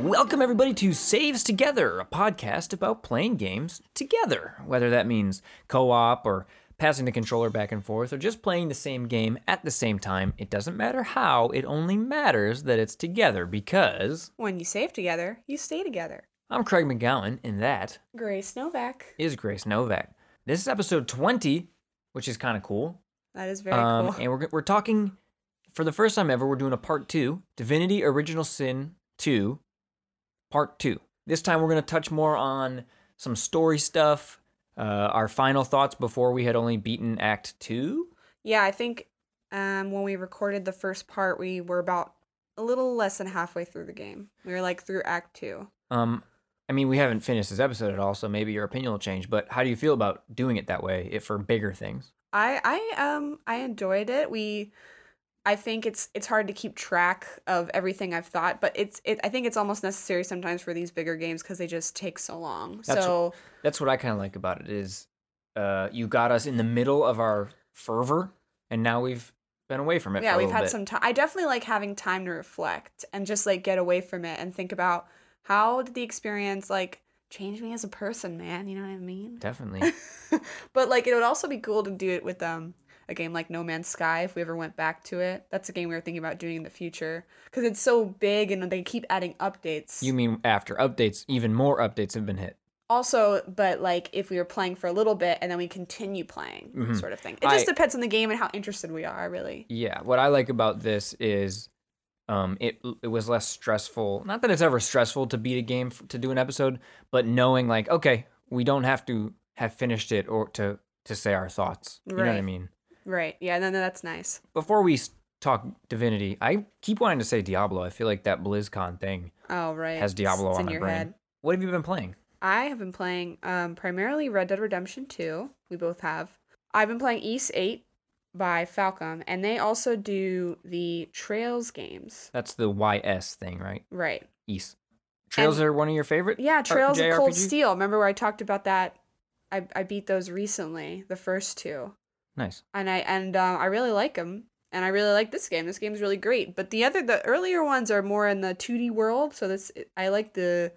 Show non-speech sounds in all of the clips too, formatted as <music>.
Welcome, everybody, to Saves Together, a podcast about playing games together, whether that means co op or passing the controller back and forth or just playing the same game at the same time. It doesn't matter how, it only matters that it's together because When you save together, you stay together. I'm Craig McGowan and that Grace Novak. is Grace Novak. This is episode 20, which is kind of cool. That is very Um, cool. And we're, we're talking, for the first time ever, we're doing a part two Divinity Original Sin 2, part two. This time we're going to touch more on some story stuff, uh, our final thoughts before we had only beaten Act two. <laughs> Yeah, I think um, when we recorded the first part, we were about a little less than halfway through the game. We were like through Act Two. Um, I mean, we haven't finished this episode at all, so maybe your opinion will change, but how do you feel about doing it that way if for bigger things? I I um I enjoyed it. We I think it's it's hard to keep track of everything I've thought, but it's it I think it's almost necessary sometimes for these bigger games because they just take so long. That's- so That's what I kind of like about it is uh, you got us in the middle of our fervor, and now we've been away from it for yeah a we've little had bit. some time i definitely like having time to reflect and just like get away from it and think about how did the experience like change me as a person man you know what i mean <laughs> Definitely. but like it would also be cool to do it with um a game like no man's sky if we ever went back to it that's a game we were thinking about doing in the future because it's so big and they keep adding updates You mean after updates, even more updates have been hit. also but like if we were playing for a little bit and then we continue playing Mhm. sort of thing it just I- depends on the game and how interested we are really Yeah, what I like about this is um it it was less stressful. Not that it's ever stressful to beat a game f- to do an episode, but knowing like okay, we don't have to have finished it or to to say our thoughts. You know what I Right. mean? right yeah no no that's nice Before we s- talk divinity, I keep wanting to say Diablo. I feel like that BlizzCon thing. oh right Has Diablo It's on in the your brain. head. What have you been playing? I have been playing um, primarily Red Dead Redemption 2. We both have. I've been playing East 8 by Falcom, and they also do the Trails games. That's the YS thing, right? Right. East. Trails are one of your favorite? Yeah, Trails of Cold JRPG? Steel. Remember where I talked about that? I, I beat those recently, the first two. Nice. And I and uh, I really like them. And I really like this game. This game's really great. But the other the earlier ones are more in the 2D world, so this I like the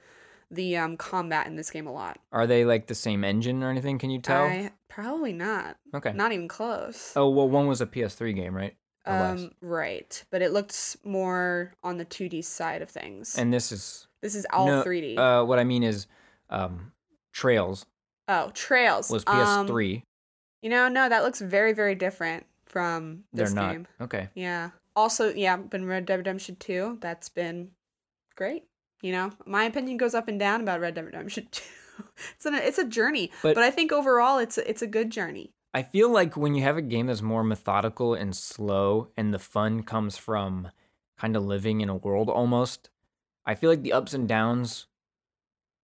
the um, combat in this game a lot. Are they like the same engine or anything? Can you tell? I probably not. okay. Not even close. Oh well, one was a PS3 game, right? Or less. Um, right, but it looks more on the 2D side of things. And this is this is all no, 3D. uh, what I mean is, um, Trails oh, Trails was Um, PS3. you know, no, that looks very, very different from They're this not game. okay. Yeah. Also, yeah, been Red Dead Redemption 2. That's been great. You know, my opinion goes up and down about Red Dead Redemption <laughs> 2. it's an it's a journey, But- but, I think overall it's a, it's a good journey. I feel like when you have a game that's more methodical and slow, and the fun comes from kind of living in a world almost. I feel like the ups and downs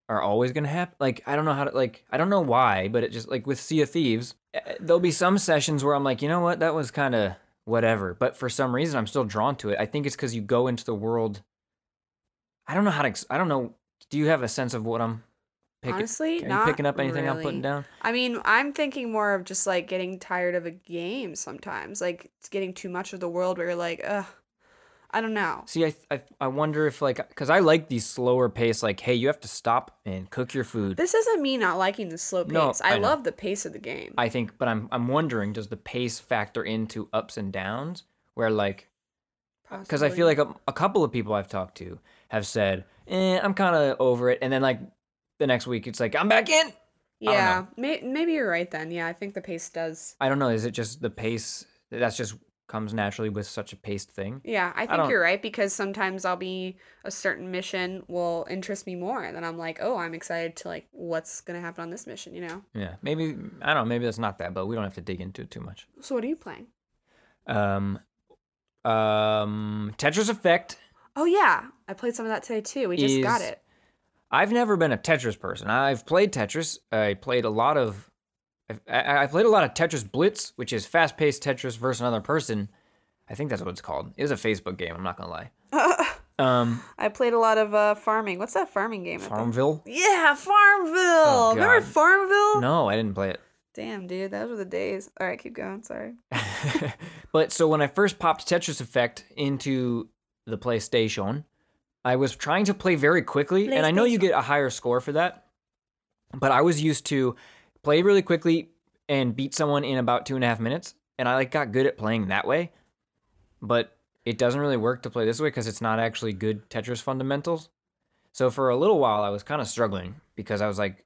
are always gonna happen. Like I don't know how to like I don't know why, but it just like with Sea of Thieves, eh, there'll be some sessions where I'm like, you know what, that was kind of whatever. But for some reason, I'm still drawn to it. I think it's because you go into the world. I don't know how to. ex- I don't know. Do you have a sense of what I'm? Picking? Honestly, are you not picking up anything I'm really. putting down? I mean, I'm thinking more of just like getting tired of a game sometimes. Like it's getting too much of the world where you're like, ugh, I don't know. See, I, I, I wonder if like, cause I like these slower pace. Like, hey, you have to stop and cook your food. This isn't me not liking the slow pace. No, I, I know. love the pace of the game. I think, but I'm I'm wondering, does the pace factor into ups and downs? Where like, because I feel like a, a couple of people I've talked to have said, eh, I'm kind of over it, and then like the next week it's like I'm back in. don't yeah, may- maybe you're right then. Yeah, I think the pace does. I don't know. Is it just the pace that's just comes naturally with such a paced thing? Yeah, I think don't- you're right because sometimes I'll be a certain mission will interest me more, and then I'm like, oh, I'm excited to like what's gonna happen on this mission, you know. Yeah, maybe I don't know. Maybe that's not that, but we don't have to dig into it too much. So what are you playing? Um, um, Tetris Effect. Oh yeah, I played some of that today too. We just got Is- it. I've never been a Tetris person. I've played Tetris. I played a lot of, I've, I, I played a lot of Tetris Blitz, which is fast-paced Tetris versus another person. I think that's what it's called. It was a Facebook game. I'm not gonna lie. <laughs> Um, I played a lot of uh, farming. What's that farming game? at the- Farmville. Yeah, Farmville. Oh, Remember God. Farmville? No, I didn't play it. Damn, dude, those were the days. All right, keep going. Sorry. <laughs> but so when I first popped Tetris Effect into the PlayStation, I was trying to play very quickly, and I know you PlayStation. get a higher score for that, but I was used to play really quickly and beat someone in about two and a half minutes, and I like got good at playing that way. But it doesn't really work to play this way because it's not actually good Tetris fundamentals. So for a little while, I was kind of struggling because I was like,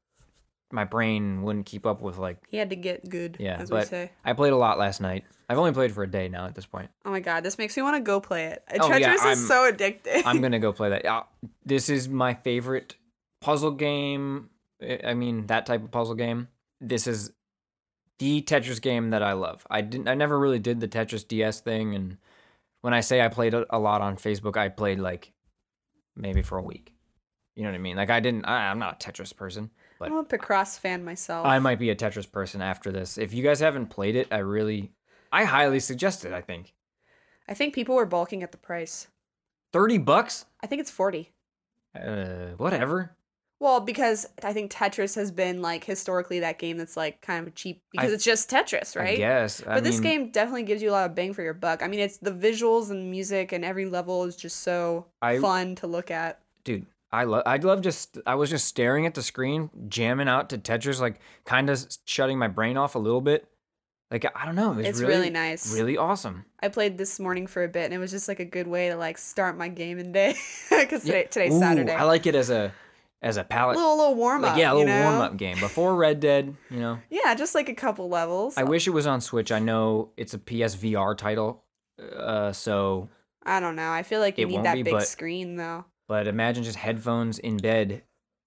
my brain wouldn't keep up with like. He had to get good, Yeah, as we but- say. I played a lot last night. I've only played for a day now at this point. Oh my god, this makes me want to go play it. Oh, Tetris yeah, I'm- is so addicting. <laughs> I'm gonna go play that. Uh, this is my favorite puzzle game. I I mean, that type of puzzle game. This is the Tetris game that I love. I didn't. I never really did the Tetris DS thing, and when I say I played a a lot on Facebook, I played like maybe for a week. You know what I mean? Like I didn't. I, I'm not a Tetris person. but- I'm a Picross fan myself. I might be a Tetris person after this. If you guys haven't played it, I really, I highly suggest it. I think I think people were balking at the price. thirty bucks. I think it's 40. Uh, whatever. Well, because I think Tetris has been like historically that game that's like kind of cheap because I- it's just Tetris, I right? guess. But this game definitely gives you a lot of bang for your buck. I mean, it's the visuals and music and every level is just so I- fun to look at. dude i love i love just i was just staring at the screen jamming out to tetris like kind of shutting my brain off a little bit like i don't know it was It's really, really nice. really awesome I played this morning for a bit, and it was just like a good way to like start my gaming day <laughs> because today, today's Ooh, Saturday. i like it as a as a palette little little warm up. like, yeah a you little know? warm-up game before red dead you know Yeah, just like a couple levels. i I, wish it was on switch i know it's a psvr title uh so don't know. I feel like you It need won't that be, big but- screen though. but imagine just headphones in bed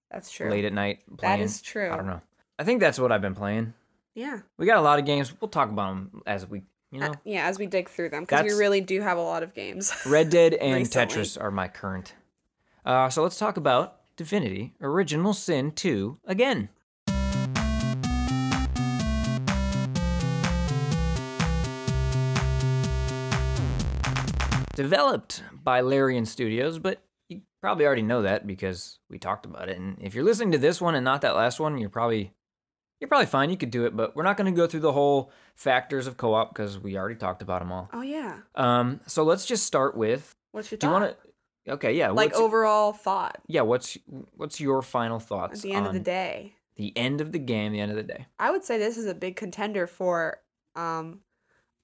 That's true. late at night playing that is true. i don't know i think that's what i've been playing Yeah. we got a lot of games we'll talk about them as we you know Uh, yeah, as we dig through them, because we That's- really do have a lot of games. <laughs> Red Dead and Recently. Tetris are my current. Uh, so let's talk about Divinity Original Sin 2 again. Developed by Larian Studios, but you probably already know that because we talked about it. And if you're listening to this one and not that last one, you're probably you're probably fine. You could do it, but we're not going to go through the whole factors of co-op because we already talked about them all. oh yeah. Um, so let's just start with. What's your Do you thought? want to? Okay, yeah. like what's, overall thought yeah. What's what's your final at thoughts the end of on the day? the end of the game, the end of the day? I would say this is a big contender for um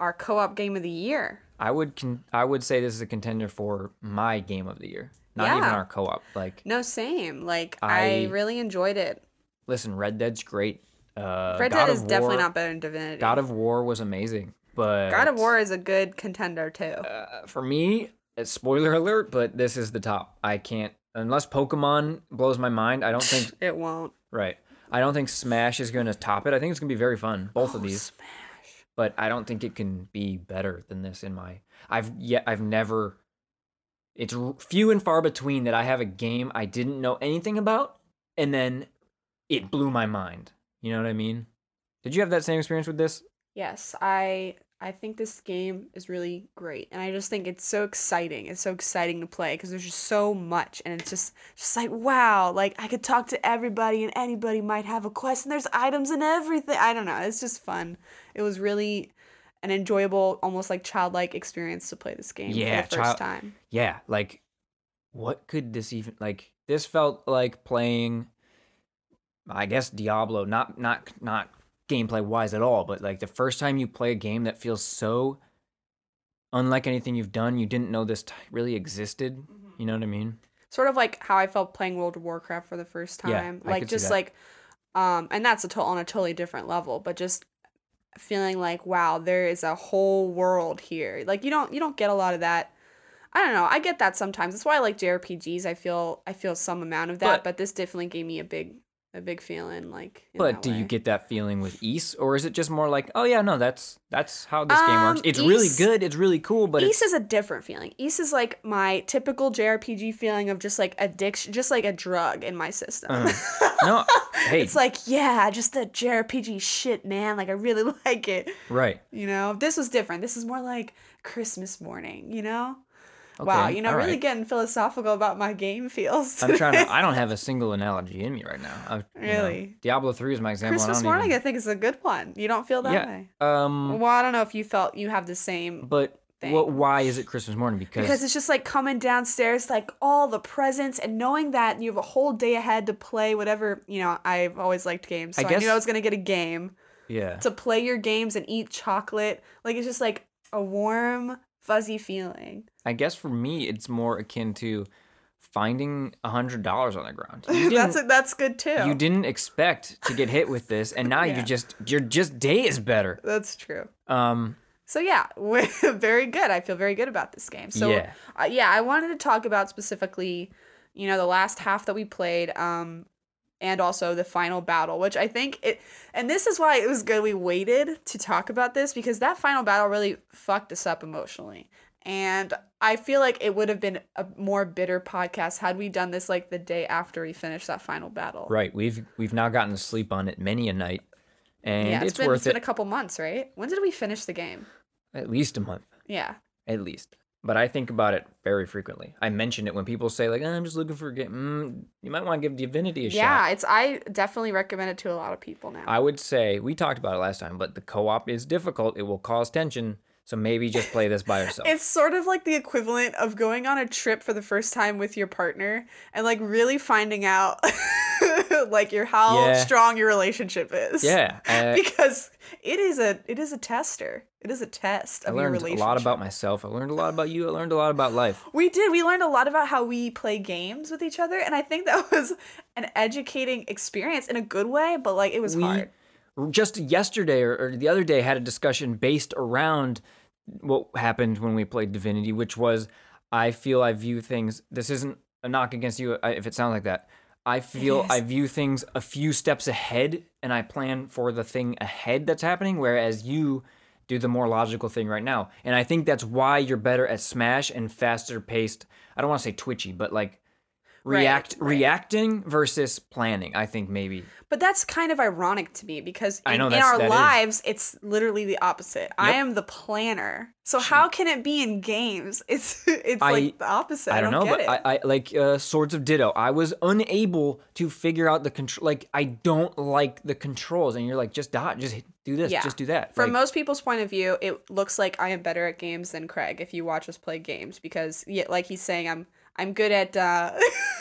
our co-op game of the year. I would con- I would say this is a contender for my game of the year. Not even Yeah. our co-op. Like, No, same. Like I, I- really enjoyed it. listen, Red Dead's great. Uh, Red God Dead of is definitely War- not better than Divinity. God of War was amazing, but God of War is a good contender too. uh, for me, uh, spoiler alert, but this is the top. I can't unless Pokemon blows my mind. I don't think <laughs> it won't. Right. I don't think Smash is going to top it. I think it's going to be very fun, both of Oh, these, Smash. but I don't think it can be better than this in my I've yet I've never it's r- few and far between that I have a game I didn't know anything about and then it blew my mind. You know what I mean? Did you have that same experience with this? Yes, I I think this game is really great, and I just think it's so exciting. It's so exciting to play because there's just so much, and it's just just like wow, like I could talk to everybody, and anybody might have a quest, and there's items and everything. I don't know, it's just fun. It was really an enjoyable, almost like childlike experience to play this game Yeah, for the child- first time. yeah, like what could this even like this felt like playing I guess Diablo, not not not gameplay wise at all, but like the first time you play a game that feels so unlike anything you've done, you didn't know this t- really existed. Mm-hmm. You know what I mean? sort of like how I felt playing World of Warcraft for the first Yeah, time. I like could see just that. like um and that's a to- on a totally different level, but just feeling like wow, there is a whole world here. Like you don't you don't get a lot of that. I don't know. I get that sometimes. That's why I like JRPGs. I feel I feel some amount of But- that, but, this definitely gave me a big a big feeling like in but that do you way. get that feeling with East, or is it just more like, oh yeah, no, that's that's how this game works. Um, It's really Ys- good, it's really cool, but East is a different feeling. East is like my typical JRPG feeling of just like addiction, just like a drug in my system. Uh-huh. it's <laughs> no. Hey, It's like, yeah, just that JRPG shit, man. Like, I really <laughs> like it. right? You know, this was different. This is more like Christmas morning, you know? wow, you know, all really right. getting philosophical about my game <laughs> feels. I'm trying to. I don't have a single analogy in me right now. I, you know, Really? Diablo three is my example. and I Christmas don't morning, even- I think, is Oh, a good one. You don't feel that Yeah. way. Um, Well, I don't know if you felt you have the same but thing. Well, why is it Christmas morning? Because, because it's just like coming downstairs, like all the presents, and knowing that you have a whole day ahead to play whatever. You know, I've always liked games, so I I, guess- knew I was gonna get a game yeah, to play your games and eat chocolate. Like it's just like a warm, fuzzy feeling. I guess for me it's more akin to finding a hundred dollars on the <laughs> ground. You that's didn't- a, that's good too. you didn't expect to get hit with this, and now Yeah. you just your just day is better. That's true. Um, So yeah, <laughs> we're very good. I feel very good about this game. So yeah, uh, yeah, I wanted to talk about specifically, you know, the last half that we played, um, and also the final battle, which I think it, and this is why it was good we waited to talk about this because that final battle really fucked us up emotionally, and I feel like it would have been a more bitter podcast had we done this like the day after we finished that final battle. right. We've we've now gotten to sleep on it many a night, and yeah, it's, been, worth it's been it. a couple months, right? When did we finish the game? at least a month, Yeah. at least. But I think about it very frequently. I mention it when people say like, "Eh, "I'm just looking for a game." Mm, you might want to give Divinity a Yeah, shot. it's I definitely recommend it to a lot of people now. I would say we talked about it last time, but the co-op is difficult. It will cause tension, so maybe just play this <laughs> by yourself. It's sort of like the equivalent of going on a trip for the first time with your partner and like really finding out <laughs> like your how Yeah. strong your relationship is. yeah, uh, <laughs> Because it is a it is a tester. It is a test I of your learned a relationship. lot about myself. I learned a lot about you. I learned a lot about life. We did. We learned a lot about how we play games with each other and I think that <laughs> was an educating experience in a good way, but like it was We- hard. Just yesterday or, or the other day had a discussion based around what happened when we played Divinity, which was I feel I view things. This isn't a knock against you uh, if it sounds like that. I feel I view things a few steps ahead and I plan for the thing ahead that's happening, whereas you do the more logical thing right now. And I think that's why you're better at Smash and faster paced. I don't want to say twitchy, but like react right. reacting versus planning. I think maybe But that's kind of ironic to me because in, I know in that's- our that is. lives, it's literally the opposite. I Yep. am the planner. So how can it be in games? <laughs> It's it's I- like the opposite. I don't, know, get but it. I, I like uh, Swords of Ditto. I was unable to figure out the control. Like I don't like the controls, and you're like, just dot, just hit- do this, Yeah. just do that. From Like, most people's point of view, it looks like I am better at games than Craig if you watch us play games because yeah, like he's saying I'm I'm good at uh <laughs>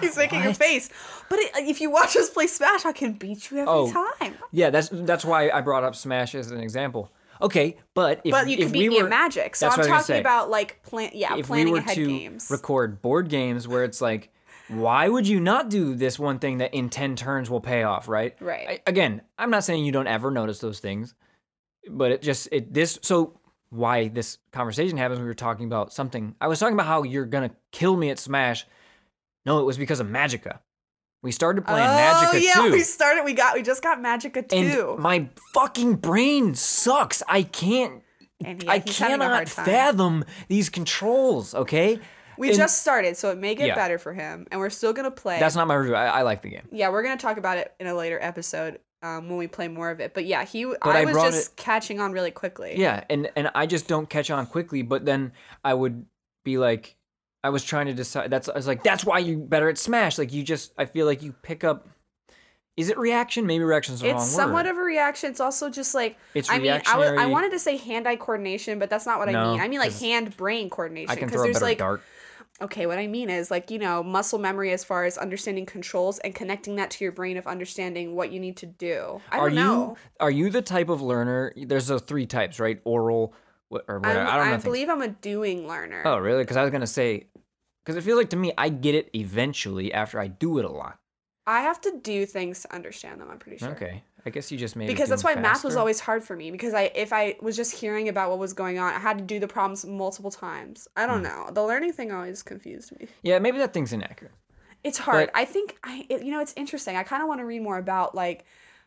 he's making a What? face. But it, if you watch us play Smash, I can beat you every Oh. time. yeah, that's that's why I brought up Smash as an example. Okay, but if, But you if can beat we me were, at Magic. So that's what I'm I was gonna talking say. about like plan yeah, if we planning were ahead to games. record board games where it's like, why would you not do this one thing that in ten turns will pay off, right? Right. I, again, I'm not saying you don't ever notice those things, but it just it this so why this conversation happens. We were talking about something. I was talking about how you're gonna kill me at Smash. No, it was because of Magica. We started playing Magica Oh, yeah, too. we started. We got. We just got Magica and two. my fucking brain sucks. I can't. And I yeah, he's having a hard cannot time. fathom these controls. Okay, we and- just started, so it may get Yeah. better for him, and we're still gonna play. that's not my review. I, I like the game. yeah, we're gonna talk about it in a later episode um, when we play more of it. But yeah, he. I I was brought just catching on really quickly. Yeah, and and I just don't catch on quickly. But then I would be like, I was trying to decide. That's I was like, that's why you better at Smash. Like you just, I feel like you pick up. Is it reaction? Maybe reaction's the It's wrong somewhat word. of a reaction. It's also just like It's I mean, I, was, I reactionary. wanted to say hand-eye coordination, but that's not what I No, mean. I mean like 'cause hand-brain coordination. I can 'cause throw a there's better like, dart. Okay, what I mean is like, you know, muscle memory as far as understanding controls and connecting that to your brain of understanding what you need to do. I Are don't you know. are you the type of learner? There's those three types, right? Oral wh- or I'm, whatever. I, I don't know. if- believe I'm a doing learner. Oh, really? Because I was gonna say, because it feels like to me, I get it eventually after I do it a lot. I have to do things to understand them, I'm pretty sure. Okay, I guess you just made Because that's why math was always hard for me because I if I was just hearing about what was going on, I had to do the problems multiple times. I Hmm. don't know. The learning thing always confused me. yeah. Maybe that thing's inaccurate. It's hard. But- I think I it, you know it's interesting. I kind of want to read more about like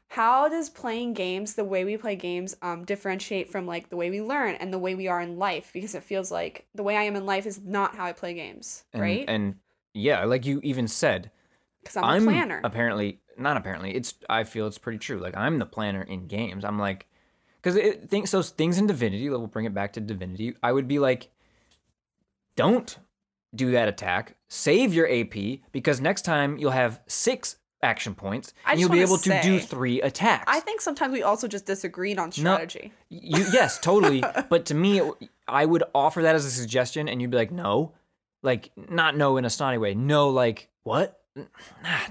how does playing games the way we play games um, differentiate from like the way we learn and the way we are in life because it feels like the way I am in life is not how I play games, And, right? And yeah, like you even said, Because I'm, a planner. Apparently, not apparently. It's I feel it's pretty true. Like I'm the planner in games. I'm like, because it things so things in Divinity. We'll bring it back to Divinity. I would be like, don't do that attack. Save your AP because next time you'll have six action points I and just you'll be wanna able to do say- three attacks. I think sometimes we also just disagreed on strategy. <laughs> You, yes, totally. but to me, it, I would offer that as a suggestion, and you'd be like, no, like not no in a snotty way, no, like what? <sighs> Nah,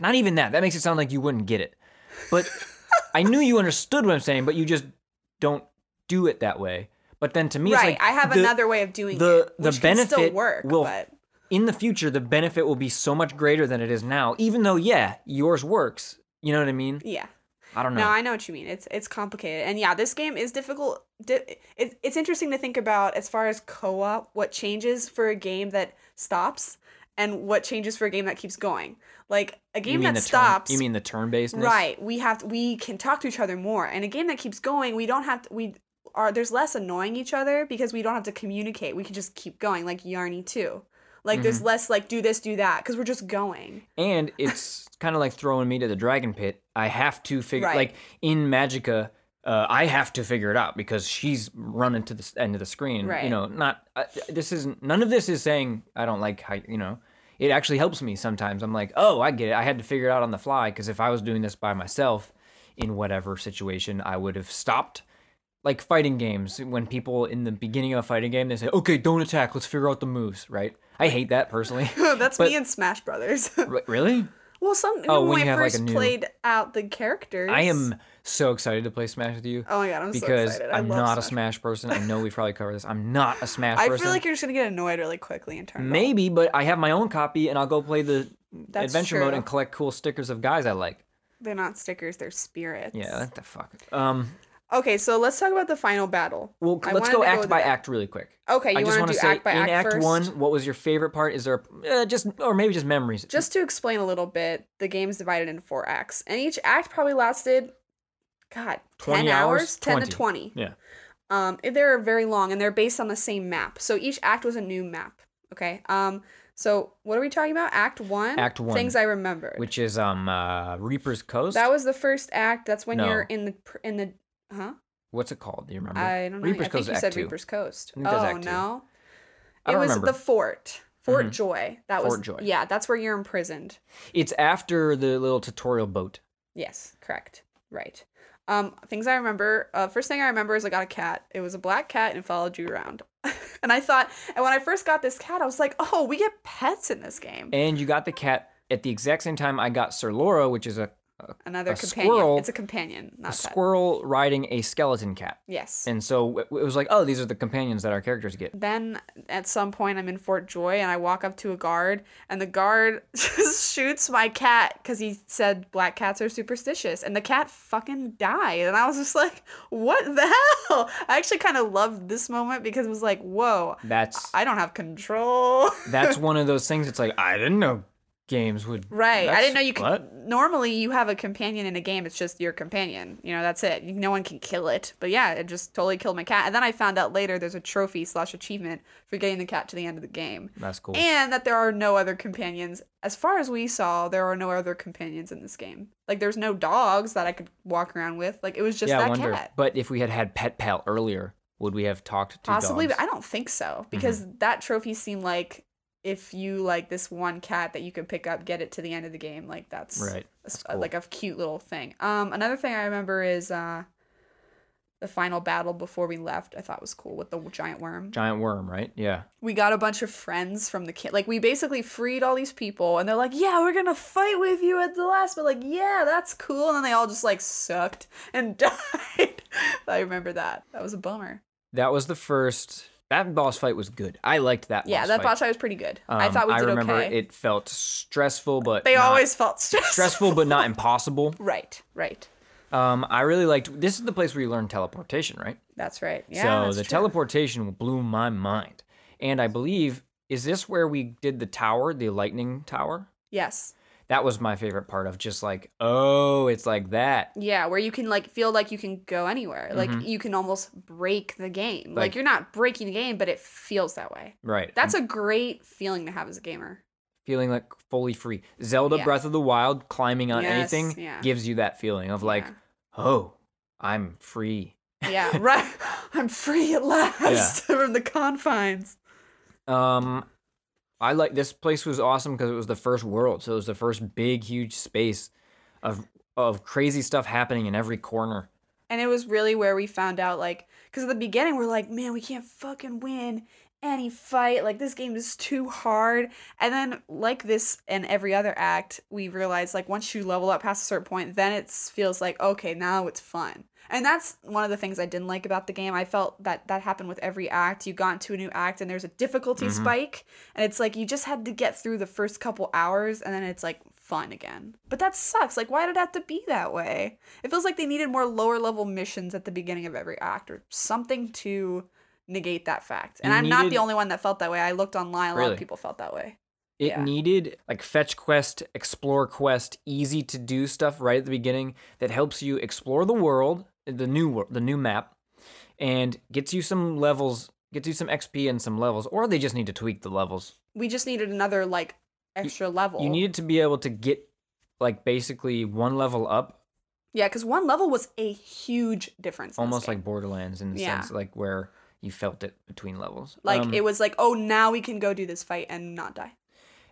Not even that. That makes it sound like you wouldn't get it. But I knew you understood what I'm saying, but you just don't do it that way. But then to me, it's right. like I have the- another way of doing the- it. the which can still benefit work, will- but in the future, the benefit will be so much greater than it is now. Even though, yeah, yours works. You know what I mean? yeah. I don't know. No, I know what you mean. It's it's complicated, and yeah, this game is difficult. Di- it, it's interesting to think about as far as co-op, what changes for a game that stops, and what changes for a game that keeps going. Like a you game mean that the stops, Turn, you mean the turn based? right? We have to, we can talk to each other more, and a game that keeps going, we don't have to, we are there's less annoying each other because we don't have to communicate. We can just keep going, like Yarny too. Like there's Mm-hmm. less like do this, do that, because we're just going. <laughs> And it's kind of like throwing me to the dragon pit. I have to figure Right. like in Magica. Uh, I have to figure it out because she's running to the s- end of the screen. You Right. know, not uh, this isn't none of this is saying I don't like how you know. It actually helps me sometimes. I'm like, oh, I get it. I had to figure it out on the fly because if I was doing this by myself, in whatever situation, I would have stopped. Like fighting games, when people in the beginning of a fighting game they say, okay, don't attack. Let's figure out the moves. Right? I hate that personally. <laughs> That's But- me and Smash Brothers. Re- really? Well, some Oh, when, when I you have, like, a first new- played out the characters. I am so excited to play Smash with you Oh my god, I'm so because excited. I I'm love not a Smash. Smash person. I know we've probably covered this. <laughs> I'm not a Smash I person. feel like you're just gonna get annoyed really quickly and turn. it off. Maybe, but I have my own copy and I'll go play the That's adventure mode true. and collect cool stickers of guys I like. They're not stickers, they're spirits. Yeah, what the fuck. Um, Okay, so let's talk about the final battle. well, I let's go wanted to go act with by that. act really quick. Okay, I you just want to do say act by in act, Act first? One, what was your favorite part? Is there a, uh, just or maybe just memories? Just to explain a little bit, the game's divided into four acts, and each act probably lasted, God, 20 ten hours, hours? ten 20. to twenty. Yeah. Um, and they're very long, and they're based on the same map. So each act was a new map. Okay. Um. So what are we talking about? Act one. Act one. Things I remembered. which is um uh, Reaper's Coast. That was the first act. That's when you're No. in the pr- in the huh? What's it called? Do you remember? I don't know. Reaper's I Coast think is you Act said Two. Reaper's I Coast. think that was oh Act two. no, I it don't was remember. the fort, Fort Mhm. Joy. That was Fort Joy. Yeah, that's where you're imprisoned. It's after the little tutorial boat. Yes, correct. Right. Um, things I remember. Uh, first thing I remember is I got a cat. It was a black cat and it followed you around. <laughs> and I thought, and when I first got this cat, I was like, oh, we get pets in this game. And you got the cat at the exact same time I got Sir Laura, which is a, a, Another a companion. squirrel- it's a companion, a not a pet. squirrel riding a skeleton cat. Yes. And so it it was like, oh, these are the companions that our characters get. then at some point I'm in Fort Joy and I walk up to a guard and the guard <laughs> just shoots my cat because he said black cats are superstitious and the cat fucking died and I was just like what the hell I actually kind of loved this moment because it was like whoa That's I don't have control <laughs> that's one of those things. It's like I didn't know games would. right I that's- didn't know you could what? normally you have a companion in a game it's just your companion you know that's it no one can kill it but yeah it just totally killed my cat and then I found out later there's a trophy slash achievement for getting the cat to the end of the game That's cool. and that there are no other companions. As far as we saw, there are no other companions in this game. Like there's no dogs that I could walk around with. Like it was just yeah, I that wonder. cat. But if we had had Pet Pal earlier, would we have talked to Possibly, dogs? Mm-hmm. but I don't think so because that trophy seemed like if you like this one cat that you could pick up, get it to the end of the game. Like that's Right. s- uh, cool. like a cute little thing. Um, another thing I remember is uh, the final battle before we left. I thought was cool with the giant worm. Giant worm, right? Yeah. we got a bunch of friends from the kid. Like we basically freed all these people, and they're like, "Yeah, we're gonna fight with you at the last." But like, yeah, that's cool. And then they all just like sucked and <laughs> died. I remember that. That was a bummer. That was the first. That boss fight was good. I liked that. yeah, boss that fight. boss fight was pretty good. I Um, thought we did I remember okay. it felt stressful, but they not- always felt stressful. stressful, but not impossible. <laughs> Right, right. Um, I really liked. This is the place where you learn teleportation, right? That's right. Yeah. so that's the true. teleportation blew my mind, and I believe is this where we did the tower, the lightning tower? Yes. That was my favorite part of just like, oh, it's like that. Yeah, where you can like feel like you can go anywhere. Like Mhm. you can almost break the game. Like, Like- you're not breaking the game, but it feels that way. Right. That's a great feeling to have as a gamer. feeling like fully free. Zelda Yeah. Breath of the Wild climbing on Yes, anything yeah. gives you that feeling of like, Yeah. oh, I'm free. Yeah, <laughs> right. I'm free at last <laughs> from the confines. Um, I like this place was awesome because it was the first world, so it was the first big, huge space of of crazy stuff happening in every corner. And it was really where we found out, like, because at the beginning we're like, man, we can't fucking win any fight. Like, this game is too hard. And then, like this and every other act, we realize, like, once you level up past a certain point, then it feels like, okay, now it's fun. And that's one of the things I didn't like about the game. I felt that that happened with every act. You got into a new act and there's a difficulty Mhm. spike. And it's like, you just had to get through the first couple hours and then it's like, fun again. But that sucks. Like, why did it have to be that way? It feels like they needed more lower level missions at the beginning of every act or something to negate that fact. And You I'm not the needed- only one that felt that way. I looked online, a lot Really? of people felt that way. It Yeah. needed like fetch quest, explore quest, easy to do stuff right at the beginning that helps you explore the world, the new world, the new map, and gets you some levels, gets you some XP and some levels, or they just need to tweak the levels. We just needed another like extra level. You needed to be able to get like basically one level up, yeah, because one level was a huge difference. in this almost game. like Borderlands in the Yeah. sense like where you felt it between levels. like Um, it was like, oh, now we can go do this fight and not die.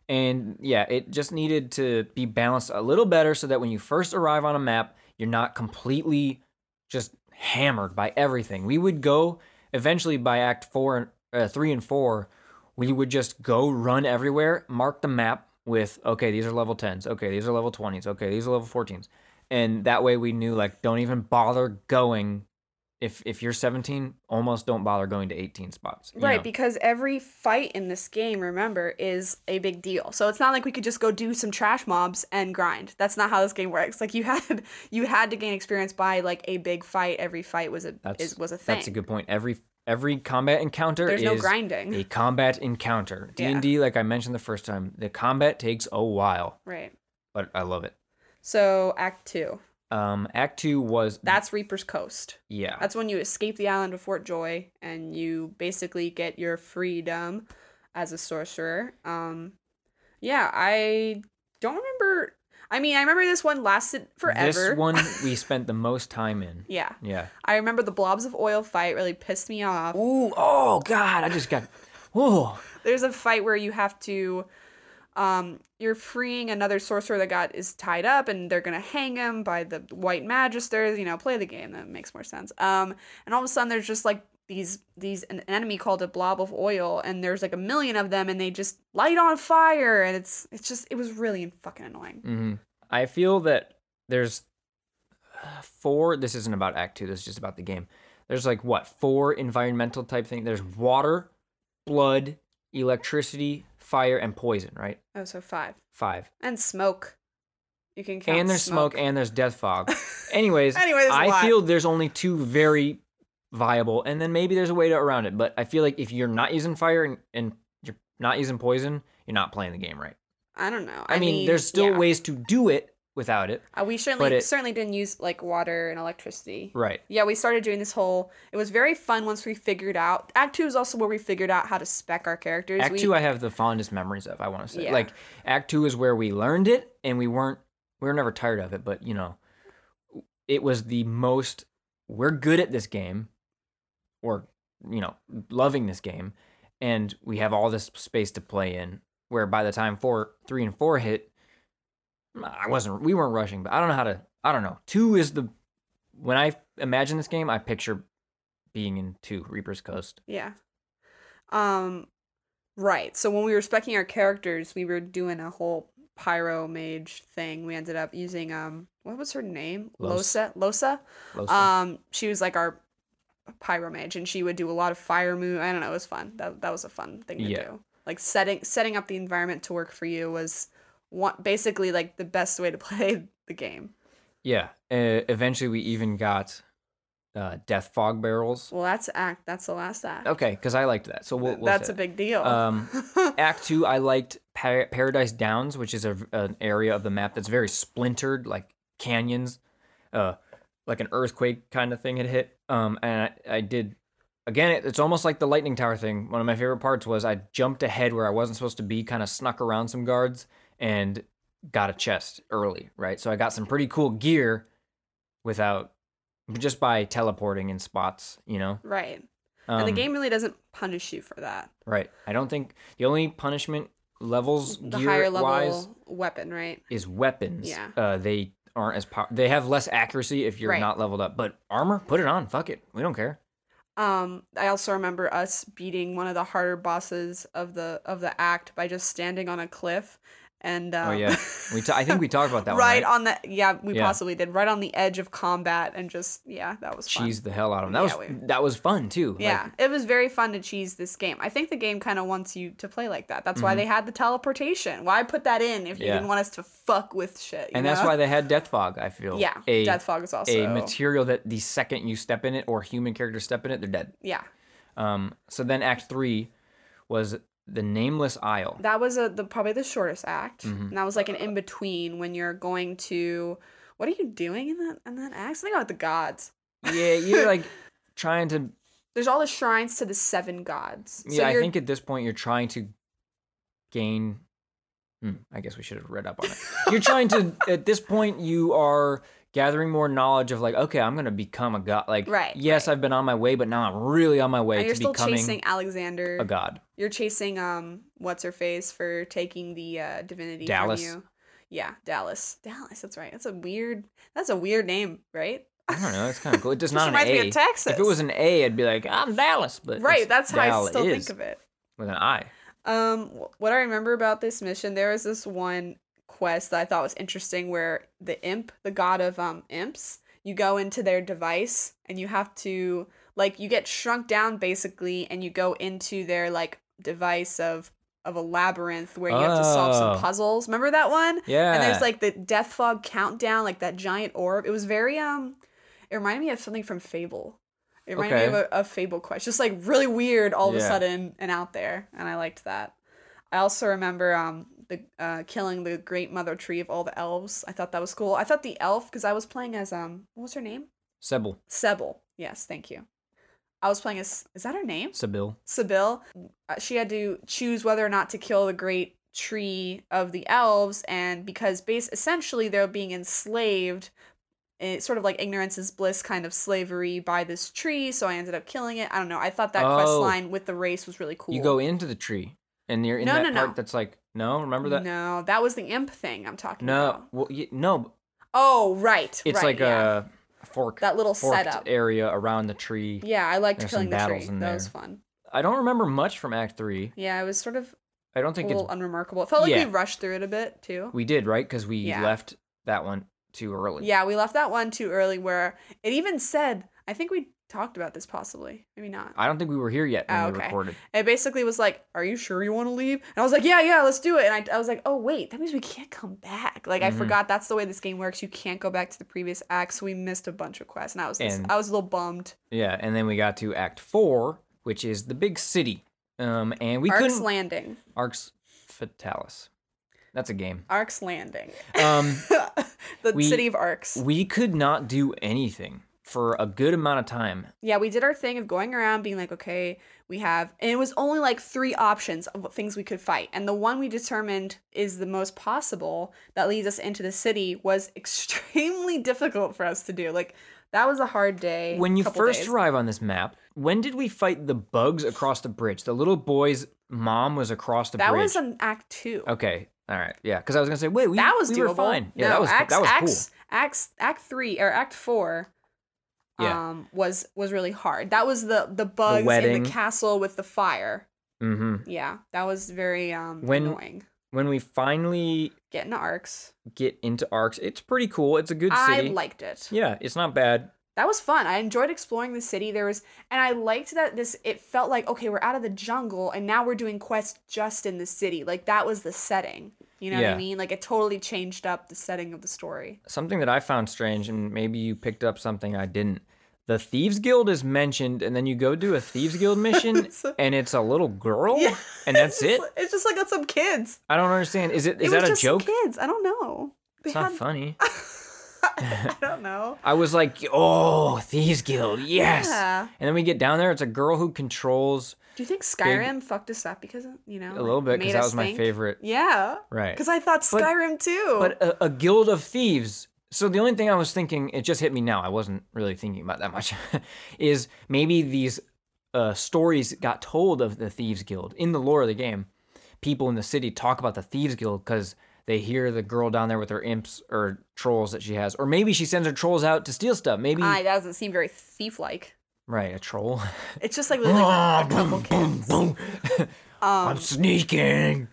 And yeah, it just needed to be balanced a little better so that when you first arrive on a map, you're not completely just hammered by everything. We would go eventually by act 4 and uh, 3 and 4, we would just go run everywhere, mark the map with okay, these are level 10s, okay, these are level 20s, okay, these are level 14s. And that way we knew like don't even bother going if if you're 17, almost don't bother going to 18 spots. you Right, know? because every fight in this game, remember, is a big deal. So it's not like we could just go do some trash mobs and grind. That's not how this game works. <laughs> Like you had you had to gain experience by like a big fight. Every fight was a That's- is, was a thing. That's a good point. Every every combat encounter There's is no grinding. a combat <laughs> encounter. D Yeah. and D, like I mentioned the first time, the combat takes a while, right. but I love it. So Act Two. Um, Act Two was That's Reaper's Coast. yeah, That's when you escape the island of Fort Joy and you basically get your freedom as a sorcerer. Um, yeah, I don't remember. I mean, I remember this one lasted forever. This <laughs> one we spent the most time in. Yeah. Yeah. I remember the blobs of oil fight really pissed me off. Ooh, oh God, I just got. Whoa. There's a fight where you have to um you're freeing another sorcerer that got is tied up and they're gonna hang him by the white magisters, you know, play the game, that makes more sense. Um and all of a sudden there's just like these these an enemy called a blob of oil and there's like a million of them and they just light on fire and it's it's just it was really fucking annoying. hmm I feel that there's four. This isn't about Act Two. This is just about the game. There's like what four environmental type thing. There's water, blood, electricity, fire, and poison. Right. Oh, so five. Five. And smoke. You can count and there's smoke. and there's death <laughs> fog. Anyways, Anyway, there's a lot. I feel there's only two very viable, and then maybe there's a way to around it. But I feel like if you're not using fire and, and you're not using poison, you're not playing the game right. I don't know. I, mean, there's still yeah. ways to do it without it. Uh, we certainly But it- certainly didn't use like water and electricity. Right. Yeah, we started doing this whole. It was very fun once we figured out. Act two is also where we figured out how to spec our characters. Act we, two, I have the fondest memories of. I want to say, Yeah. like, Act two is where we learned it, and we weren't, we were never tired of it. But you know, it was the most. We're good at this game, or you know, loving this game, and we have all this space to play in. Where by the time four, three, and four hit, mm, I wasn't. We weren't rushing, but I don't know how to. I don't know. Two is the. When I imagine this game, I picture being in two Reaper's Coast. yeah. Um, right. So when we were specing our characters, we were doing a whole pyro mage thing. We ended up using um, what was her name? Los- Losa. Losa. Los- Um, she was like our pyromage, and she would do a lot of fire move. I don't know, it was fun. That that was a fun thing to Yeah. do. Like setting setting up the environment to work for you was one, basically like the best way to <laughs> play the game. Yeah. Uh, eventually, we even got uh, death fog barrels. Well, that's act. That's the last act. Okay, because I liked that. So we'll, we'll that's say a that. big deal. Um, Act two, I liked Par- Paradise Downs, which is a, an area of the map that's very splintered, like canyons, uh, like an earthquake kind of thing had hit. Um, and I, I did again. It, it's almost like the lightning tower thing. One of my favorite parts was I jumped ahead where I wasn't supposed to be, kind of snuck around some guards and got a chest early, right? So I got some pretty cool gear without just by teleporting in spots, you know. <laughs> right. Um, and the game really doesn't punish you for that. Right. I don't think the only punishment levels The gear higher level wise weapon, right? is weapons. Yeah. Uh, they aren't as power. They have less accuracy if you're Right. not leveled up. But armor, put it on. Fuck it. We don't care. Um, I also remember us beating one of the harder bosses of the of the act by just standing on a cliff, and um, Oh, yeah. We ta- I think we talked <laughs> about that right, one. on the yeah we Yeah. possibly did right on the edge of combat and just yeah that was fun. Cheese the hell out of them. That Yeah, was we- that was fun too. Like, Yeah, it was very fun to cheese this game. I think the game kind of wants you to play like that. That's why they had the teleportation. Why put that in if you Mm-hmm. Yeah. didn't want us to fuck with shit? you and that's know? why they had death fog. I feel. yeah, A, Death Fog is also a material that the second you step in it or human characters step in it, they're dead. yeah. Um. So then Act Three was the Nameless <laughs> Isle. That was a, the probably the shortest act, Mm-hmm. and that was like an in between when you're going to. What are you doing in that in that act? Something about the gods. yeah, you're like trying to. There's all the shrines to the seven gods. So yeah, I you're, think at this point you're trying to gain. Hmm, I guess we should have read up on it. You're trying <laughs> to. at this point, you are gathering more knowledge of like, okay, I'm gonna become a god. Like, Right, Yes, I've been on my way, but now I'm really on my way and to you're still becoming chasing Alexander. a <laughs> god. You're chasing um what's her face for taking the uh divinity Dallas. from you. Yeah, Dallas. Dallas, that's right. That's a weird that's a weird name, right? I don't <laughs> know. It's kind of cool. It does This not an reminds A. me of Texas. If it was an A, I'd be like, I'm Dallas. But Right, it's that's how I Dallas still think of it. with an I. Um, wh- what I remember about this mission, there was this one quest that I thought was interesting where the imp, the god of um imps, you go into their device and you have to like you get shrunk down basically and you go into their like device of of a labyrinth where you have to solve some Oh. puzzles. Remember that one? Yeah. And there's like the death fog countdown, like that giant orb. It was very um it reminded me of something from Fable. It reminded me of Okay. a, a Fable quest. Just like really weird all of a Yeah. sudden and out there. And I liked that. I also remember um the uh killing the great mother tree of all the elves. I thought that was cool. I thought the elf because I was playing as um what was her name? Sebel. Sebel. Yes, thank you. I was playing as is that her name? Sebil. Sibyl, uh, she had to choose whether or not to kill the great tree of the elves, and because base essentially they're being enslaved, it's sort of like ignorance is bliss kind of slavery by this tree. So I ended up killing it. I don't know. I thought that quest Oh. line with the race was really cool. You go into the tree, and you're in No, that no, no. part that's like no. Remember that? No, that was the imp thing I'm talking No, about. well, y no. Oh, right. It's right, like yeah. a fork. That little forked setup. area around the tree. Yeah, I liked there's some killing the tree. battles That in was there. fun. I don't remember much from Act Three. Yeah, it was sort of I don't a think little it's unremarkable. It felt like Yeah. we rushed through it a bit too. we did right because we Yeah. left that one too early. Yeah, we left that one too early where it even said, I think we talked about this possibly. Maybe not. I don't think we were here yet when Oh, we okay. recorded. It basically was like, Are you sure you want to leave? And I was like, Yeah, yeah, let's do it. And I, I was like, Oh, wait, that means we can't come back. Like, I Mhm. forgot that's the way this game works. You can't go back to the previous act. So we missed a bunch of quests. And I was, just, And- I was a little bummed. Yeah, and then we got to Act Four, which is the big city. Um, and we Ark's couldn't Landing. Arx Fatalis. That's a game. Ark's Landing. <laughs> Um, the we- city of Arcs. we could not do anything for a good amount of time. Yeah, we did our thing of going around being like, okay, we have, and it was only like three options of what things we could fight. And the one we determined is the most possible that leads us into the city was <laughs> extremely difficult for us to do. Like, that was a hard day. When you couple first days. arrive on this map, when did we fight the bugs across the bridge? The little boy's mom was across the that bridge. was an act two. okay, all right, yeah. Because I was gonna say, wait, we that was we doable. were fine. Yeah, no, that was act, that was act, cool. Act act three or act four. Yeah. Um, was was really hard. That was the the bugs in wedding. the castle with the fire. hmm Yeah, that was very um When- annoying. When we finally Getting to arcs. get into Arcs, it's pretty cool. It's a good I city. liked it. yeah, it's not bad. That was fun. I enjoyed exploring the city. There was and I liked that this it felt like okay, we're out of the jungle and now we're doing quests just in the city. Like that was the setting. You know what I Yeah. mean? Like it totally changed up the setting of <laughs> the story. Something that I found strange, and maybe you picked up something I didn't. The Thieves Guild is mentioned, and then you go do a Thieves <laughs> Guild mission, So- and it's a little girl, Yeah. and that's <laughs> it's it. just, li- It's just like that's some kids. I don't understand. Is it it is was that a just joke? Kids. I don't know. They It's not had- funny. <laughs> I don't know. I was like, oh, Thieves Guild, <laughs> yes. Yeah. And then we get down there. It's a girl who controls Do you think Skyrim fucked us up because you know a little bit because that was my favorite. favorite. Yeah. Right. Because I thought But- Skyrim too. But a, a guild of thieves. So the only thing I was thinking, it just hit me now. I wasn't really thinking about that much. <laughs> is maybe these uh, stories got told of the Thieves Guild in the lore of the game. People in the city talk about the Thieves Guild because They hear the girl down there with her imps or trolls that she has, or maybe she sends her trolls out to steal stuff. Maybe I, that doesn't seem very thief like. right, a troll. <laughs> It's just like, literally like a couple Ah, boom, boom, <laughs> kids. boom. Um, I'm sneaking.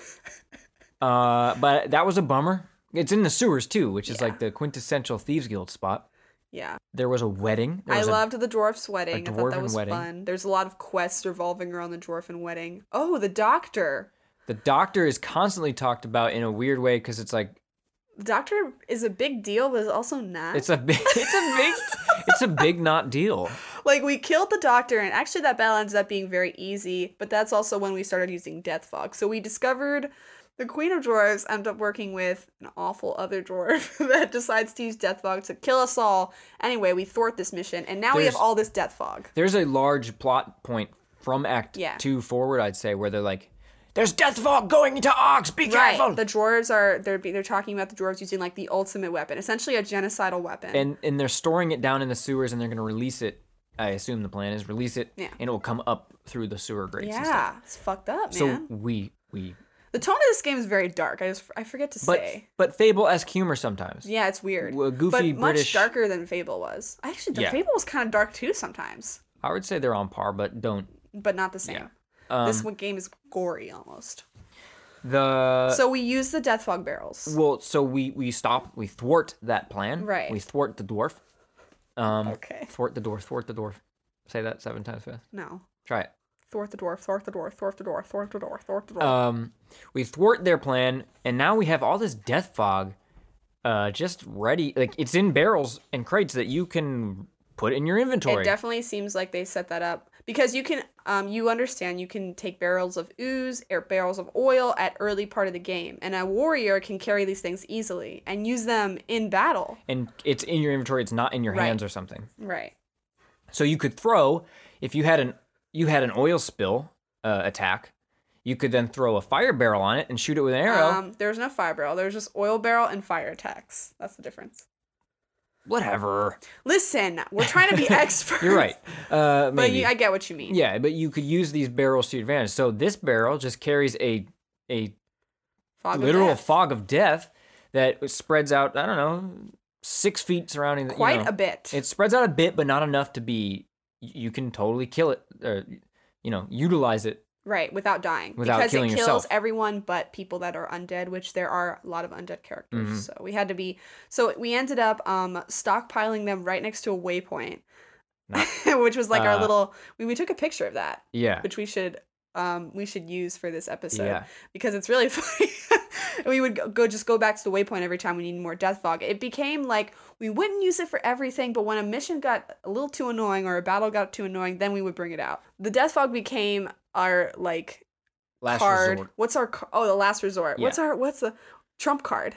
<laughs> uh, but that was a bummer. It's in the sewers too, which is Yeah. like the quintessential thieves guild spot. yeah. There was a wedding. There I was a- loved the dwarf's wedding. I thought dwarven that was wedding. fun. There's a lot of quests revolving around the dwarven wedding. Oh, the doctor. the doctor is constantly talked about in a weird way because it's like The doctor is a big deal, but it's also not. it's a big, it's a big, it's a big not deal. like we killed the doctor, and actually that battle ended up being very easy. But that's also when we started using Death Fog. So we discovered the Queen of Dwarves ended up working with an awful other dwarf <laughs> that decides to use Death Fog to kill us all. Anyway, we thwart this mission, and now we have There's- all this Death Fog. There's a large plot point from Act Yeah. Two forward, I'd say, where they're like, "There's death vault going into Ox. Be Right. careful." The dwarves are they're be- they're talking about the dwarves using like the ultimate weapon, essentially a genocidal weapon. and and they're storing it down in the sewers and they're going to release it i assume the plan is release it Yeah. and it will come up through the sewer grates and stuff. yeah, it's fucked up, so man. we we the tone of this game is very dark. I just I forget to but say. but fable-esque humor sometimes Yeah, it's weird. Well, goofy but much British- darker than Fable was. Actually, the Yeah. Fable was kind of dark too sometimes, i would say they're on par but don't but not the same. Um, this one game is gory almost. the so we use the Death Fog barrels. well so we we stop we thwart that plan Right. we thwart the dwarf Um, Okay. thwart the dwarf thwart the dwarf say that seven times fast No. try it Thwart the dwarf. Thwart the dwarf. Thwart the dwarf. Thwart the dwarf. Thwart the dwarf. um, we thwart their plan, and now we have all this death fog, uh, just ready. Like it's in barrels and crates that you can put in your inventory. It definitely seems like they set that up because you can, um, you understand you can take barrels of ooze or barrels of oil at early part of the game, and a warrior can carry these things easily and use them in battle. and it's in your inventory. It's not in your Right. hands or something. Right. So you could throw if you had an you had an oil spill uh, attack. You could then throw a fire barrel on it and shoot it with an arrow. Um, there's no fire barrel. There's just oil barrel and fire attacks. That's the difference. Whatever. Listen, we're trying to be <laughs> experts. You're <laughs> right. Uh, But maybe. you, I get what you mean. yeah, but you could use these barrels to your advantage. So this barrel just carries a a Fog of literal death. fog of death that spreads out. I don't know, six feet surrounding. the you Quite know. a bit. It spreads out a bit, but not enough to be. You can totally kill it, or you know, utilize it. right, without dying. Without because killing it kills yourself. everyone but people that are undead, which there are a lot of undead characters. Mhm. So we had to be so we ended up um stockpiling them right next to a waypoint. Not- <laughs> which was like our Uh, little we, we took a picture of that, Yeah, which we should um we should use for this episode. yeah. because it's really <laughs> funny. we would go- go just go back to the waypoint every time we needed more death fog. It became like we wouldn't use it for everything, but when a mission got a little too annoying or a battle got too annoying, then we would bring it out. The death fog became our like Last card. resort. What's our ca- oh the last resort? Yeah. What's our what's the trump card?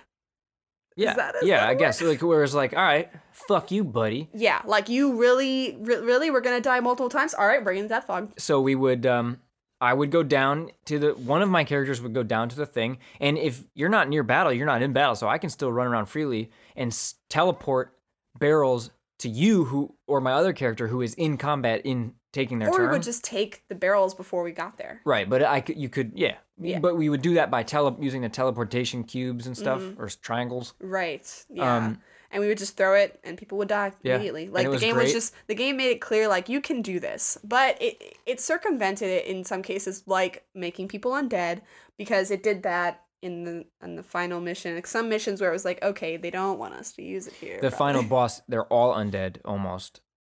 Yeah, that- is yeah. that I a guess like whereas like, all right, fuck you, buddy. Yeah, like you really re- really we're gonna die multiple times. All right, bring in the death fog. So we would. um I would go down to the one of my characters would go down to the thing, and if you're not near battle, you're not in battle, so I can still run around freely and s- teleport barrels to you who or my other character who is in combat in taking their Or turn. we would just take the barrels before we got there. Right, but I could, you could, yeah. Yeah. But we would do that by tele- using the teleportation cubes and stuff Mm-hmm. or s- triangles. Right. Yeah. Um, and we would just throw it, and people would die Yeah, immediately. and it Like the was game was great. just the game made it clear like you can do this, but it it circumvented it in some cases, like making people undead because it did that in the in the final mission. Like some missions where it was like, okay, they don't want us to use it here. The probably. final boss, they're all undead almost. <laughs>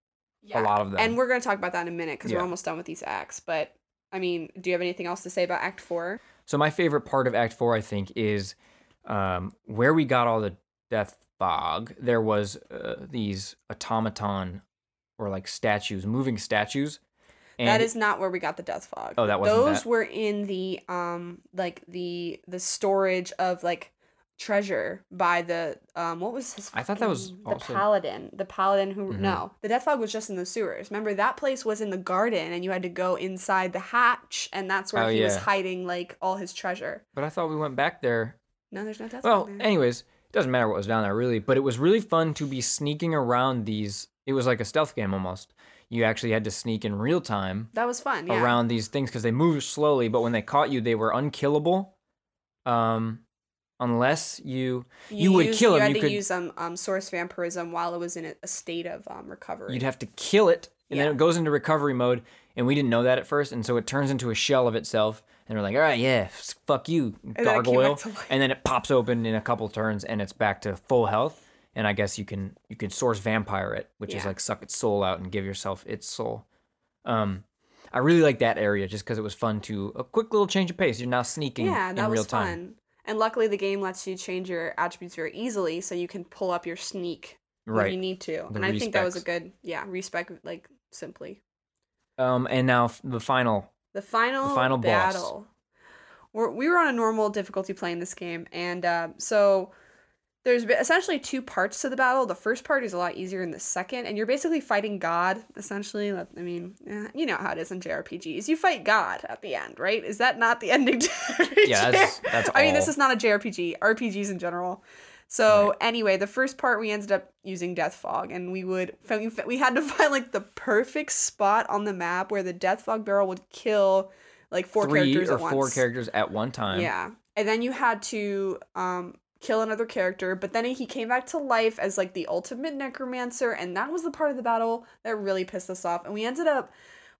A Yeah. lot of them. and we're gonna talk about that in a minute because Yeah. we're almost done with these acts. But I mean, do you have anything else to say about Act Four? so my favorite part of Act Four, I think, is um, where we got all the death fog. There was uh, these automaton or like statues, moving statues. And that is not where we got the death fog. Oh, that wasn't Those that. were in the um like the the storage of like treasure by the um what was his I thought that was fucking- also- the paladin the paladin who Mhm. no the death fog was just in the sewers remember that place was in the garden and you had to go inside the hatch and that's where Oh, he was yeah. hiding like all his treasure But I thought we went back there no there's no death Well, fog there. anyways, it doesn't matter what was down there really, but it was really fun to be sneaking around these. It was like a stealth game almost. You actually had to sneak in real time that was fun yeah around these things because they moved slowly, but when they caught you, they were unkillable. Um, unless you You would kill him, You had you to could- use um, um source vampirism while it was in a, a state of um recovery. you'd have to kill it, and Yeah. then it goes into recovery mode. And we didn't know that at first, and so it turns into a shell of itself. And we're like, all right, yeah, s- fuck you, then it came back gargoyle. to life. And then it pops open in a couple turns, and it's back to full health. And I guess you can you can source vampire it, which is Yeah. like suck its soul out and give yourself its soul. Um, I really like that area just because it was fun to a quick little change of pace. You're now sneaking yeah, that in was real time. fun. And luckily, the game lets you change your attributes very easily, so you can pull up your sneak Right. when you need to. The and I think that was a respecs. good yeah respect like simply Um, and now f- the final. the final final boss. battle. We're, we were on a normal difficulty playing this game, and uh, so there's be- essentially two parts to the battle. The first part is a lot easier than the second, and you're basically fighting God. Essentially, Like, I mean, eh, you know how it is in JRPGs. You fight God at the end, right? Is that not the <laughs> ending? To every Yeah, that's, that's all. I mean, this is not a JRPG, RPGs in general. So Right. anyway, the first part we ended up using Death Fog, and we would we we had to <laughs> find like the perfect spot on the map where the Death Fog barrel would kill like four three characters or at once. four characters at one time. Yeah, and then you had to um kill another character, but then he came back to life as like the ultimate necromancer, and that was the part of the battle that really pissed us off. And we ended up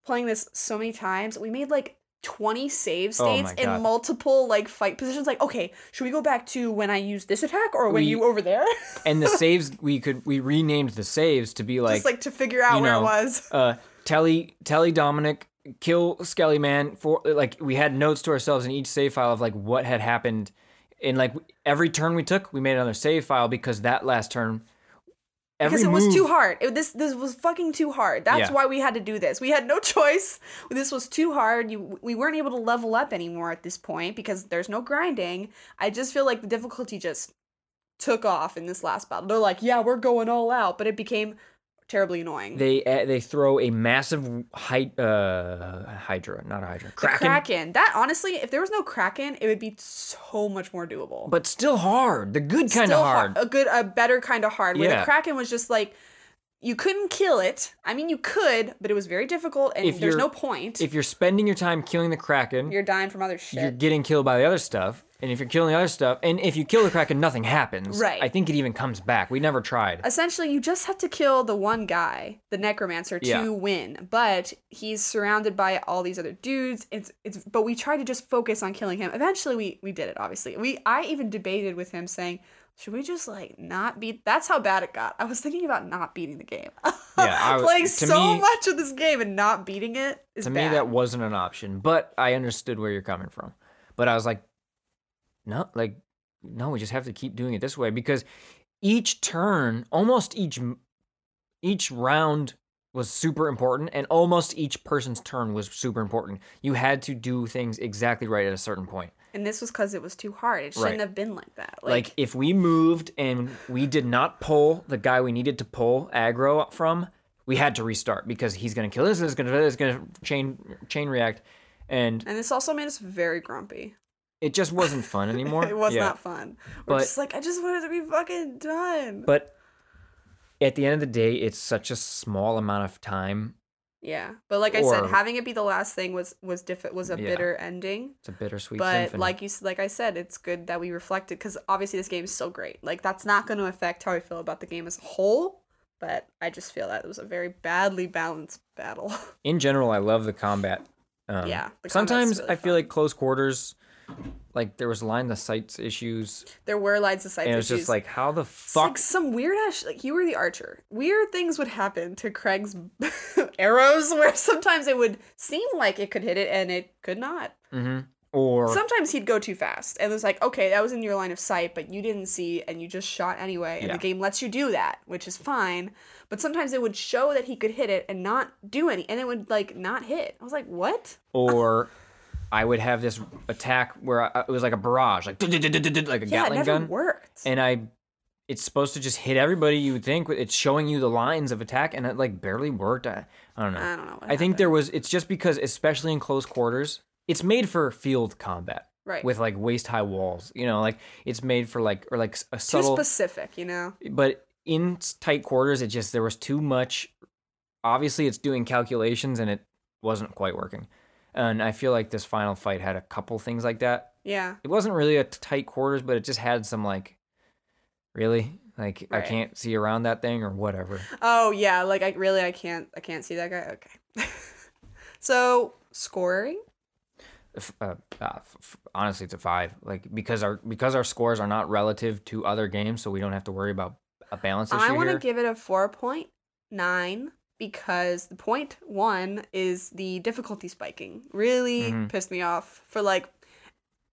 playing this so many times. We made like 20 save Oh my states God. in multiple like fight positions. Like, okay, should we go back to when I use this attack or when We- you over there? <laughs> and the saves we could we renamed the saves to be like, Just like to figure out you where know, it was. uh telly telly dominic kill skelly man for like we had notes to ourselves in each save file of like what had happened and like every turn we took we made another save file because that last turn every Because it was move- too hard. It, this this was fucking too hard. That's Yeah. why we had to do this. We had no <laughs> choice. This was too hard. You we weren't able to level up anymore at this point because there's no grinding. I just feel like the difficulty just took off in this last battle. They're like, yeah, we're going all out, but it became terribly annoying. they uh, they throw a massive hy- uh hydra not a hydra The kraken, Kraken. That honestly, if there was no Kraken, it would be so much more doable. but still hard the good kind Still of har- hard A good, a better kind of hard. Where Yeah. the Kraken was just like, you couldn't kill it. I mean, you could, but it was very difficult, and If there's you're- no point. if you're spending your time killing the kraken you're dying from other you're shit. getting killed by the other stuff. And if you're killing the other stuff, and if you kill the Kraken, nothing happens. Right. I think it even comes back. We never tried. Essentially, you just have to kill the one guy, the necromancer, to Yeah. win. But he's surrounded by all these other dudes. It's it's. But we tried to just focus on killing him. Eventually, we we did it. Obviously, we I even debated with him saying. Should we just like not beat? That's how bad it got. I was thinking about not beating the game. <laughs> I was- playing to so me- much of this game and not beating it is to bad. me, that wasn't an option, but I understood where you're coming from. But I was like, no, like, no, we just have to keep doing it this way because each turn, almost each m- each round was super important, and almost each person's turn was super important. You had to do things exactly right at a certain point. and this was because it was too hard. It shouldn't Right. have been like that. Like, if we moved and we did not pull the guy we needed to pull aggro from, we had to restart because he's gonna kill this, this is gonna this is gonna chain chain react, and and this also made us very grumpy. it just wasn't fun anymore. <laughs> It was Yeah. not fun. We're But- just like, I just wanted to be fucking done. But at the end of the day, it's such a small amount of time. yeah, but like I said, Or- having it be the last thing was was diff- was a Yeah. bitter ending. It's a bittersweet But symphony. like you s- like I said, it's good that we reflected because obviously this game is still great. Like that's not going to affect how I feel about the game as a whole. But I just feel that it was a very badly balanced battle. <laughs> in general, I love the combat. Um, Yeah, the combat's sometimes really I feel fun. like close quarters, like there was line of sights issues, there were lines of sight and it was issues. just like, how the It's like fuck some weird ass like you were the archer. Weird things would happen to Craig's <laughs> arrows where sometimes it would seem like it could hit it and it could not. hmm or Sometimes he'd go too fast and it was like, okay, that was in your line of sight, but you didn't see and you just shot anyway. And Yeah. the game lets you do that, which is fine. But sometimes it would show that he could hit it and not do any, and it would like not hit. I was like, what? or I would have this attack where I, it was like a barrage, like "Dud-dud-dud-dud-dud," like a Yeah, it Gatling never gun, worked. and I, it's supposed to just hit everybody. You would think it's showing you the lines of attack, and it like barely worked. I, I don't know. I don't know. What uh, I think there was. It's just because, especially in close quarters, it's made for field combat right with like waist high walls. You know, like it's made for like or like s- a too subtle specific, you know. but in s- tight quarters, it just there was too much. Obviously, it's doing calculations and it wasn't quite working. And I feel like this final fight had a couple things like that. Yeah. It wasn't really a t- tight quarters, but it just had some like, really, like I Right. can't see around that thing or whatever. Oh yeah, like I really I can't I can't see that guy. Okay. <laughs> so scoring? F- Uh, uh, f- f- honestly, it's a five. Like because our because our scores are not relative to other games, so we don't have to worry about a balance issue I want here. to give it a 4.9 because the point one is the difficulty spiking. Really Mhm. pissed me off for like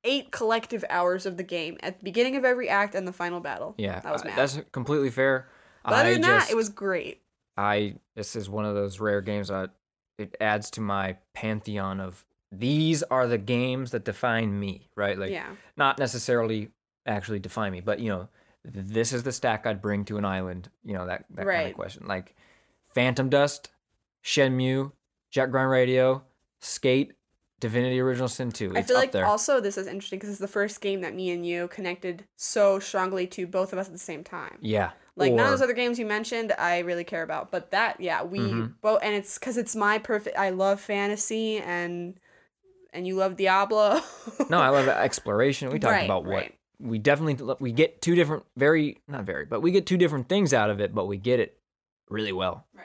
eight collective hours of the game at the beginning of every act and the final battle. yeah, that was uh, mad. that's completely fair. but other I than just, that, it was great. I this is one of those rare games that it adds to my pantheon of these are the games that define me, right? Like yeah. not necessarily actually define me, but you know, th- this is the stack I'd bring to an island, you know, that that kind Right. of question. Like Phantom Dust, Shenmue, Jet Grind Radio, Skate, Divinity Original Sin 2. It's I feel up like there. also this is interesting because it's the first game that me and you connected so strongly to both of us at the same time. yeah. Like none of or- those other games you mentioned, I really care about. But that, yeah, we Mhm. both, and it's because it's my perfect. I love fantasy, and and you love Diablo. No, <laughs> I love exploration. We talked Right, about what right. we definitely lo- we get two different very not very, but we get two different things out of it, but we get it really well. Right.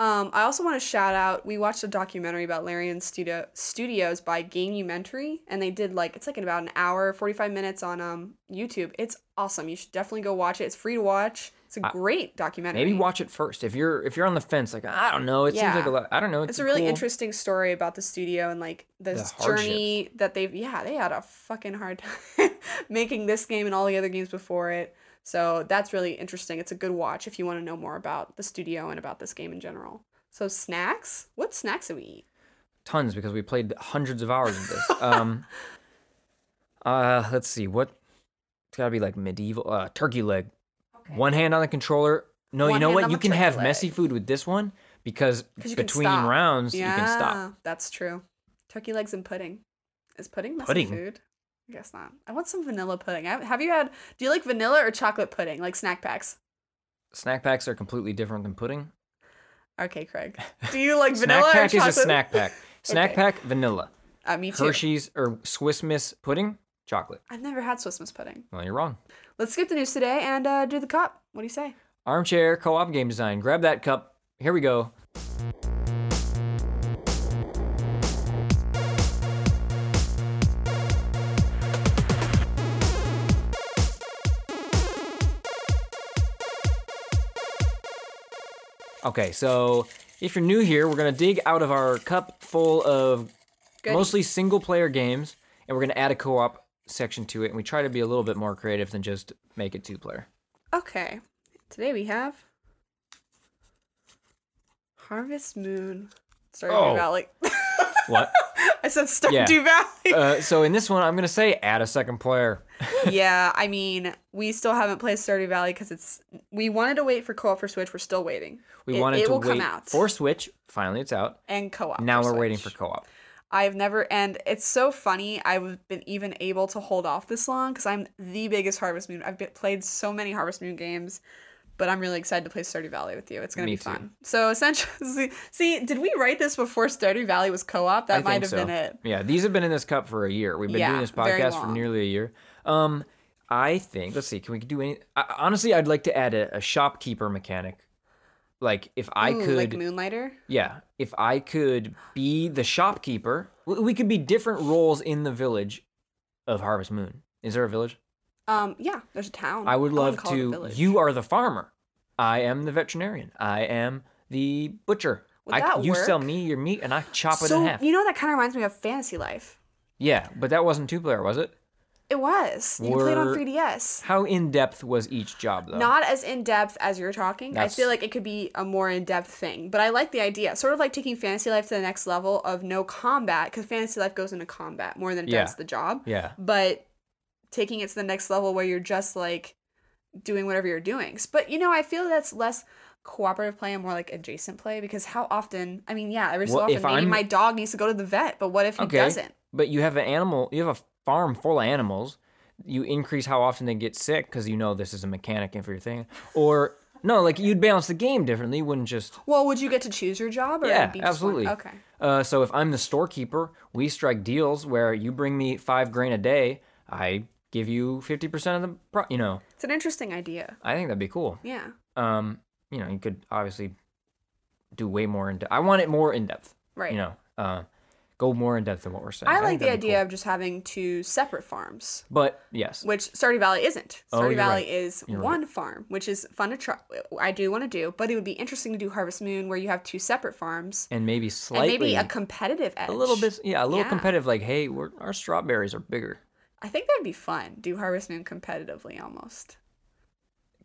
Um, I also want to shout out. We watched a documentary about Larian Studio Studios by Gamementary, and they did like it's like in about an hour, forty five minutes on um YouTube. It's awesome. You should definitely go watch it. It's free to watch. It's a I- great documentary. Maybe watch it first. If you're if you're on the fence, like I don't know, it seems like a Yeah. lot. I don't know. It's, it's a really cool. interesting story about the studio and like this The journey that they've yeah they had a fucking hard time <laughs> making this game and all the other games before it so that's really interesting it's a good watch if you want to know more about the studio and about this game in general so snacks what snacks do we eat tons because we played hundreds of hours of <laughs> this. Um, uh, let's see what it's got to be like medieval uh, turkey leg. One hand on the controller. No, you One know hand what? on You the can turkey have leg. messy food with this one because 'Cause you can between stop. rounds you can stop. that's true turkey legs and pudding is pudding messy Pudding? food I guess not. I want some vanilla pudding. I- Have you had? Do you like vanilla or chocolate pudding, like snack packs? Snack packs are completely different than pudding. Okay, Craig. <laughs> Do you like snack vanilla pack or is chocolate? a snack <laughs> pack. Snack Okay. pack vanilla. Uh, me too. Hershey's or Swiss Miss pudding chocolate. I've never had Swiss Miss pudding. Well, you're wrong. Let's skip the news today and uh, do the cop. What do you say? Armchair co-op game design. Grab that cup. Here we go. Okay, so if you're new here, we're gonna dig out of our cup full of Goodies. mostly single player games, and we're gonna add a co-op section to it, and we try to be a little bit more creative than just make it two player. Okay. Today we have Harvest Moon. Stardew Oh. Valley. <laughs> What? I said <laughs> Stardew Valley. Uh, so in this one, I'm gonna say add a second player. yeah, I mean, we still haven't played Stardew Valley because it's. We wanted to wait for co-op for Switch. We're still waiting. We It- wanted it to will wait come out for Switch. Finally, it's out. and co-op. Now we're Switch. waiting for co-op. I've never, and it's so funny. I've been even able to hold off this long because I'm the biggest Harvest Moon. I've been, played so many Harvest Moon games, but I'm really excited to play Stardew Valley with you. It's gonna Me be too. fun. So essentially, <laughs> see, did we write this before Stardew Valley was co-op? That I might think have so. been it. Yeah, these have been in this cup for a year. We've been Yeah, doing this very podcast for long. nearly a year. Um, I think. Let's see. Can we do any? I, honestly, I'd like to add a, a shopkeeper mechanic. Like if I Ooh, could, like Moonlighter. yeah, if I could be the shopkeeper, we, we could be different roles in the village of Harvest Moon. Is there a village? Um, yeah, there's a town. I would wouldn't love call it a to. village. You are the farmer. I am the veterinarian. I am the butcher. Would I, that you sell work? me your meat and I chop it So in half. you know that kind of reminds me of Fantasy Life. yeah, but that wasn't two player, was it? It was. You can play it on Were- 3DS. How in depth was each job though? not as in depth as you're talking. That's- I feel like it could be a more in depth thing, but I like the idea. Sort of like taking fantasy life to the next level of no combat, because fantasy life goes into combat more than it Yeah. does the job. yeah. But taking it to the next level where you're just like doing whatever you're doing. But you know, I feel that's less cooperative play and more like adjacent play because how often? I mean, yeah, every so Well, often if maybe I'm- my dog needs to go to the vet, but what if he Okay. doesn't? But you have an animal. You have a farm full of animals. You increase how often they get sick because you know this is a mechanic and for your thing. Or No, like you'd balance the game differently. You wouldn't just. Well, would you get to choose your job? Or it'd Yeah, be just one? absolutely. Okay. Uh, so if I'm the storekeeper, we strike deals where you bring me five grain a day, I give you fifty percent of the. Pro- you know, It's an interesting idea. I think that'd be cool. Yeah. Um, you know, you could obviously do way more in depth. I want it more in depth. Right. You know, uh, go more in depth than what we're saying. I, think like the that'd be idea cool. of just having two separate farms, But yes, which Stardew Valley isn't. Oh, Stardew you're Valley right. is You're right. one farm, which is fun to try. I do want to do, but it would be interesting to do Harvest Moon where you have two separate farms and maybe slightly and maybe a competitive edge. a little bit yeah a little Yeah. competitive like hey we're, our strawberries are bigger I think that'd be fun. Do Harvest Moon competitively almost.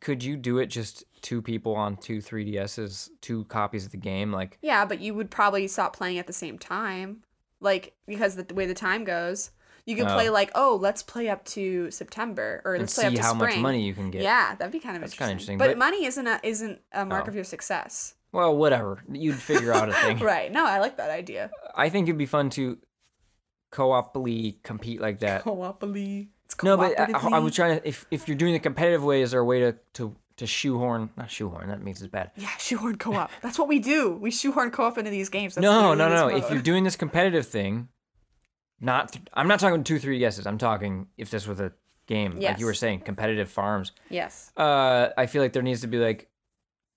could you do it just two people on two 3ds's two copies of the game like Yeah, but you would probably stop playing at the same time. Like, because the, the way the time goes, you could Oh. play like, oh, let's play up to September or and let's play up see to how spring. much money you can get Yeah, that'd be kind of That's interesting. kinda interesting, But, but- money isn't a isn't a mark Oh. of your success. well whatever you'd figure out a thing <laughs> Right. No, I like that <laughs> idea. i think it'd be fun to co-oply compete like that Cooperatively. It's no but I, cooperatively. I was trying to if, if you're doing the competitive way is there a way to to to shoehorn not shoehorn that means it's bad Yeah, shoehorn co-op. That's what we do. We shoehorn co-op into these games. That's no literally no this no if mode. you're doing this competitive thing not th- i'm not talking two 3ds's i'm talking if this was a game like Yes. you were saying competitive farms <laughs> yes, uh, I feel like there needs to be like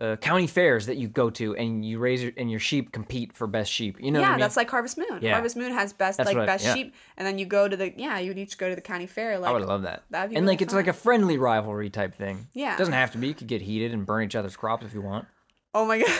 uh, county fairs that you go to and you raise your and your sheep compete for best sheep. You know yeah, what I mean? that's like Harvest Moon. Yeah. Harvest Moon has best That's like what I- best yeah. sheep, and then you go to the yeah, you would each go to the county fair. Like I would love that. that'd be and really like it's like a friendly rivalry type thing. Yeah. doesn't have to be. You could get heated and burn each other's crops if you want. Oh my <laughs> god.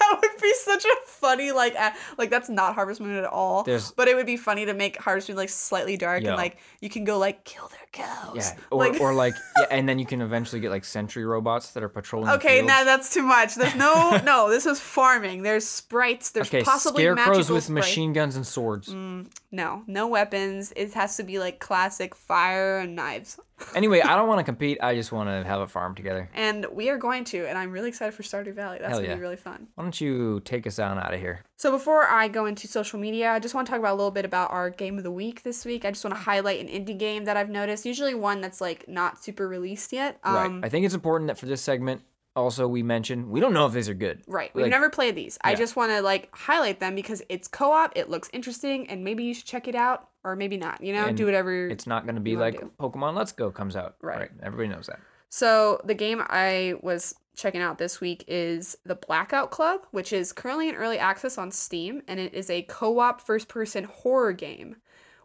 That would be such a funny like a- like that's not Harvest Moon at all. There's- but it would be funny to make Harvest Moon like slightly dark Yeah. and like you can go like kill their cows. Yeah, or <laughs> like, or like yeah, and then you can eventually get like sentry robots that are patrolling. okay, the fields. now that's too much. <laughs> There's no no. This is farming. There's sprites. There's okay, possibly scarecrows magical with sprites. machine guns and swords. Mm. No, no weapons. It has to be like classic fire and knives. Anyway, I <laughs> don't want to compete. I just want to have a farm together. And we are going to, and I'm really excited for Stardew Valley. That's Hell gonna yeah. be really fun. Why don't you take us on out of here? So before I go into social media, I just want to talk about a little bit about our game of the week this week. I just want to highlight an indie game that I've noticed, usually one that's like not super released yet. Um, right. I think it's important that for this segment, also we mention we don't know if these are good. Right. We've Like- never played these. I Yeah. just want to like highlight them because it's co-op, it looks interesting, and maybe you should check it out or maybe not, you know, And do whatever. It's not going to be wanna like do. Pokemon Let's Go comes out. Right. Everybody knows that. So the game I was checking out this week is The Blackout Club, which is currently in early access on Steam, and it is a co-op first-person horror game,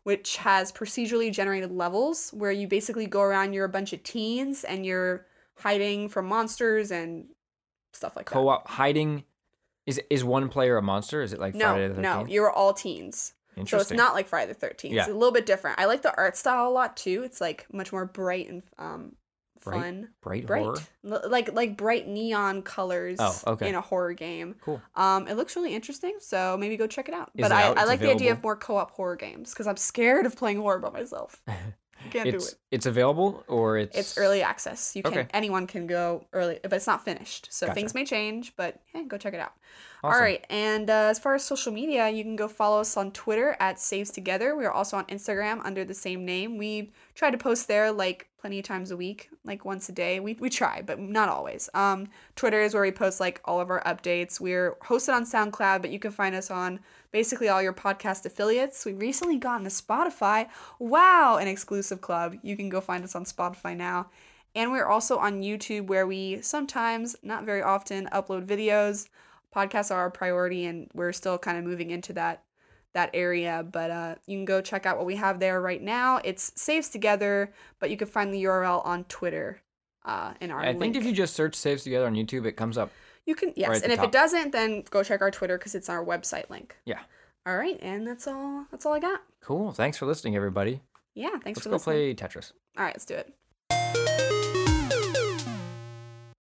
which has procedurally generated levels where you basically go around you're a bunch of teens and you're hiding from monsters and stuff like that. Co-op hiding is is one player a monster? Is it like Friday No, the no, 13th? you're all teens. So it's Interesting. not like Friday the 13th. It's Yeah. a little bit different. I like the art style a lot too. It's like much more bright and um Bright? fun. bright, bright horror. L- like like bright neon colors Oh, okay. in a horror game Cool. um it looks really interesting so maybe go check it out Is but it i, out? I It's like the idea of available? more co-op horror games because i'm scared of playing horror by <laughs> myself can't do It's it it's available or it's it's early access you can Okay. anyone can go early but it's not finished so Gotcha. things may change but hey, go check it out all Awesome. right and uh, as far as social media you can go follow us on twitter at saves together we are also on instagram under the same name we try to post there like plenty of times a week like once a day we, we try but not always um, twitter is where we post like all of our updates we're hosted on soundcloud but you can find us on basically all your podcast affiliates we recently got into spotify wow an exclusive club you can go find us on spotify now and we're also on youtube where we sometimes not very often upload videos podcasts are our priority and we're still kind of moving into that that area but uh, you can go check out what we have there right now it's saves together but you can find the url on twitter uh, in our I link. think if you just search Saves Together on YouTube, it comes up. You can yes, Right at and the if it top. doesn't, then go check our Twitter because it's on our website link. Yeah. All right, and that's all. That's all I got. Cool. Thanks for listening, everybody. Yeah, thanks Let's for go play listening. Tetris. All right, let's do it.